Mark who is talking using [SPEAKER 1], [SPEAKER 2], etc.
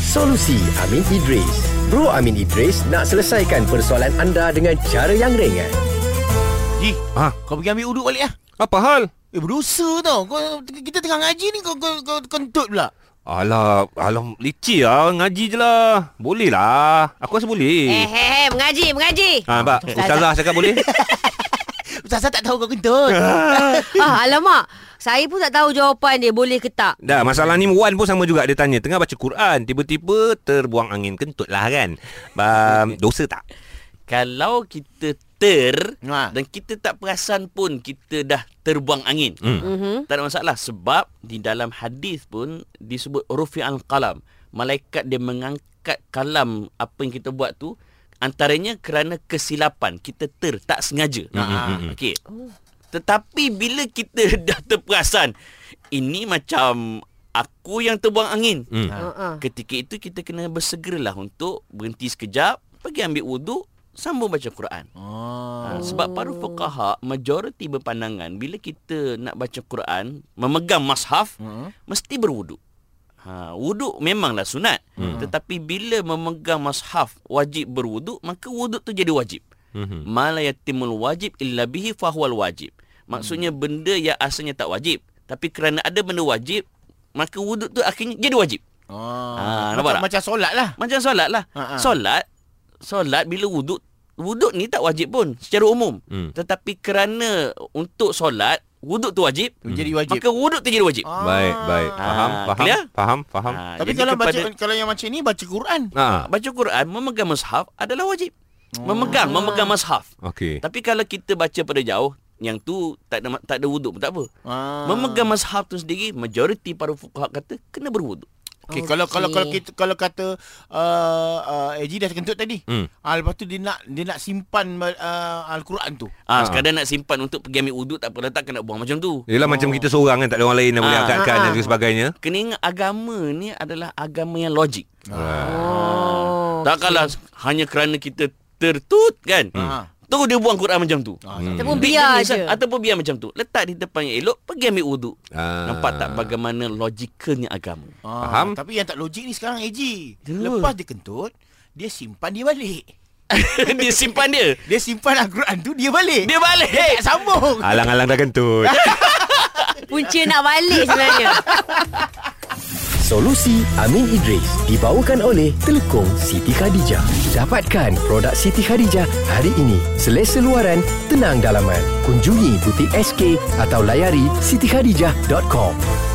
[SPEAKER 1] Solusi Amin Idris Bro Amin Idris nak selesaikan persoalan anda dengan cara yang ringan
[SPEAKER 2] Ji,
[SPEAKER 3] Ha?
[SPEAKER 2] kau pergi ambil uduk balik lah.
[SPEAKER 3] Apa hal?
[SPEAKER 2] Eh, berdosa tau. Kau, kita tengah ngaji ni, kau, kau, kau kentut pula.
[SPEAKER 3] Alah, alam licik lah. Ngaji je lah. Boleh lah. Aku rasa
[SPEAKER 4] Eh,
[SPEAKER 3] boleh.
[SPEAKER 4] eh, eh, mengaji, mengaji.
[SPEAKER 3] Ha, nampak? Ustazah cakap boleh.
[SPEAKER 2] Ustazah tak tahu kau kentut.
[SPEAKER 4] Ah, alamak. Saya pun tak tahu jawapan dia boleh ke tak.
[SPEAKER 3] Dah, masalah ni Wan pun sama juga. Dia tanya, tengah baca Quran. Tiba-tiba terbuang angin kentut lah kan. Um, dosa tak?
[SPEAKER 5] Kalau kita ter
[SPEAKER 2] Ha.
[SPEAKER 5] ha. dan kita tak perasan pun kita dah terbuang angin.
[SPEAKER 3] Hmm.
[SPEAKER 4] Mhm.
[SPEAKER 5] Tak ada masalah sebab di dalam hadis pun disebut rufi'al qalam. Malaikat dia mengangkat kalam apa yang kita buat tu antaranya kerana kesilapan kita ter tak sengaja. Ha. Okey. Tetapi bila kita dah terperasan ini macam aku yang terbuang angin.
[SPEAKER 3] Hmm.
[SPEAKER 4] Ha.
[SPEAKER 5] Ketika itu kita kena bersegeralah untuk berhenti sekejap, pergi ambil wuduk, sambung baca Quran.
[SPEAKER 2] Oh.
[SPEAKER 5] Ha, sebab para fuqaha majoriti berpandangan bila kita nak baca Quran, memegang mushaf,
[SPEAKER 2] Hmm.
[SPEAKER 5] mesti berwuduk. Ha, wuduk memanglah sunat.
[SPEAKER 2] Hmm.
[SPEAKER 5] Tetapi bila memegang mushaf wajib berwuduk, maka wuduk tu jadi wajib.
[SPEAKER 2] Hmm.
[SPEAKER 3] Mhm.
[SPEAKER 5] Ma la yatimul wajib illa bihi fahuwal wajib. Maksudnya
[SPEAKER 2] Hmm.
[SPEAKER 5] benda yang asalnya tak wajib, tapi kerana ada benda wajib, maka wuduk tu akhirnya jadi wajib.
[SPEAKER 2] Oh.
[SPEAKER 5] Ah, nampak
[SPEAKER 2] macam,
[SPEAKER 5] tak?
[SPEAKER 2] macam solat lah.
[SPEAKER 5] Macam solat lah.
[SPEAKER 2] Ha, ha.
[SPEAKER 5] Ha, Solat, solat bila wuduk, wuduk ni tak wajib pun secara umum.
[SPEAKER 3] Hmm.
[SPEAKER 5] Tetapi kerana untuk solat, wuduk tu wajib,
[SPEAKER 2] Jadi Hmm. wajib.
[SPEAKER 5] Hmm. maka wuduk tu jadi wajib.
[SPEAKER 2] Ah.
[SPEAKER 3] Baik, baik.
[SPEAKER 5] Ah,
[SPEAKER 3] Faham, faham,
[SPEAKER 5] clear?
[SPEAKER 3] faham, faham.
[SPEAKER 5] Ha,
[SPEAKER 2] Tapi
[SPEAKER 5] jadi
[SPEAKER 2] kalau
[SPEAKER 5] kepada, Ah,
[SPEAKER 2] baca kalau yang macam ni baca Quran.
[SPEAKER 3] Ha.
[SPEAKER 5] baca Quran, memegang mushaf adalah wajib.
[SPEAKER 2] Oh.
[SPEAKER 5] Memegang, memegang mushaf.
[SPEAKER 3] Okey.
[SPEAKER 5] Tapi kalau kita baca pada jauh, yang tu tak ada tak ada wuduk pun tak apa.
[SPEAKER 2] Ah.
[SPEAKER 5] Memegang mushaf tu sendiri, majoriti para fuqaha kata kena berwuduk.
[SPEAKER 2] Okay, kalau kalau
[SPEAKER 4] Okey.
[SPEAKER 2] kalau kita kalau kata uh, uh, Eji dah kentut tadi.
[SPEAKER 3] Hmm.
[SPEAKER 2] Ah, lepas tu dia nak dia nak simpan uh, al-Quran tu.
[SPEAKER 5] Ah, ha, sekadar nak simpan untuk pergi ambil wuduk tak apa letak kena buang macam tu.
[SPEAKER 3] Yelah oh. macam kita seorang kan Tak ada orang lain yang boleh
[SPEAKER 5] Ah.
[SPEAKER 3] angkatkan
[SPEAKER 4] Ah,
[SPEAKER 3] Dan
[SPEAKER 4] ah.
[SPEAKER 3] juga sebagainya
[SPEAKER 5] Kena ingat agama ni adalah agama yang logik.
[SPEAKER 4] Oh.
[SPEAKER 5] Takkanlah hanya kerana kita tertut kan.
[SPEAKER 2] Hmm.
[SPEAKER 5] Terus dia buang Quran macam tu.
[SPEAKER 2] Ah, tak-
[SPEAKER 4] Ataupun Ah. ya. biar
[SPEAKER 5] Jenis kan?
[SPEAKER 4] je.
[SPEAKER 5] Ataupun biar macam tu. Letak di depan yang elok, pergi ambil wuduk.
[SPEAKER 3] Ah.
[SPEAKER 5] Nampak tak bagaimana logikalnya agama?
[SPEAKER 2] Ah,
[SPEAKER 3] Faham?
[SPEAKER 2] Tapi yang tak logik ni sekarang Eji.
[SPEAKER 5] Kenapa?
[SPEAKER 2] Lepas dia kentut, dia simpan dia balik.
[SPEAKER 5] dia simpan dia.
[SPEAKER 2] Dia simpan al-Quran tu dia balik.
[SPEAKER 5] Dia balik.
[SPEAKER 2] tak sambung.
[SPEAKER 3] Alang-alang dah kentut
[SPEAKER 4] Punca nak balik sebenarnya.
[SPEAKER 1] Solusi Amin Idris dibawakan oleh Telekong Siti Khadijah. Dapatkan produk Siti Khadijah hari ini. Selesa luaran, tenang dalaman. Kunjungi butik SK atau layari sitikhadijah.com.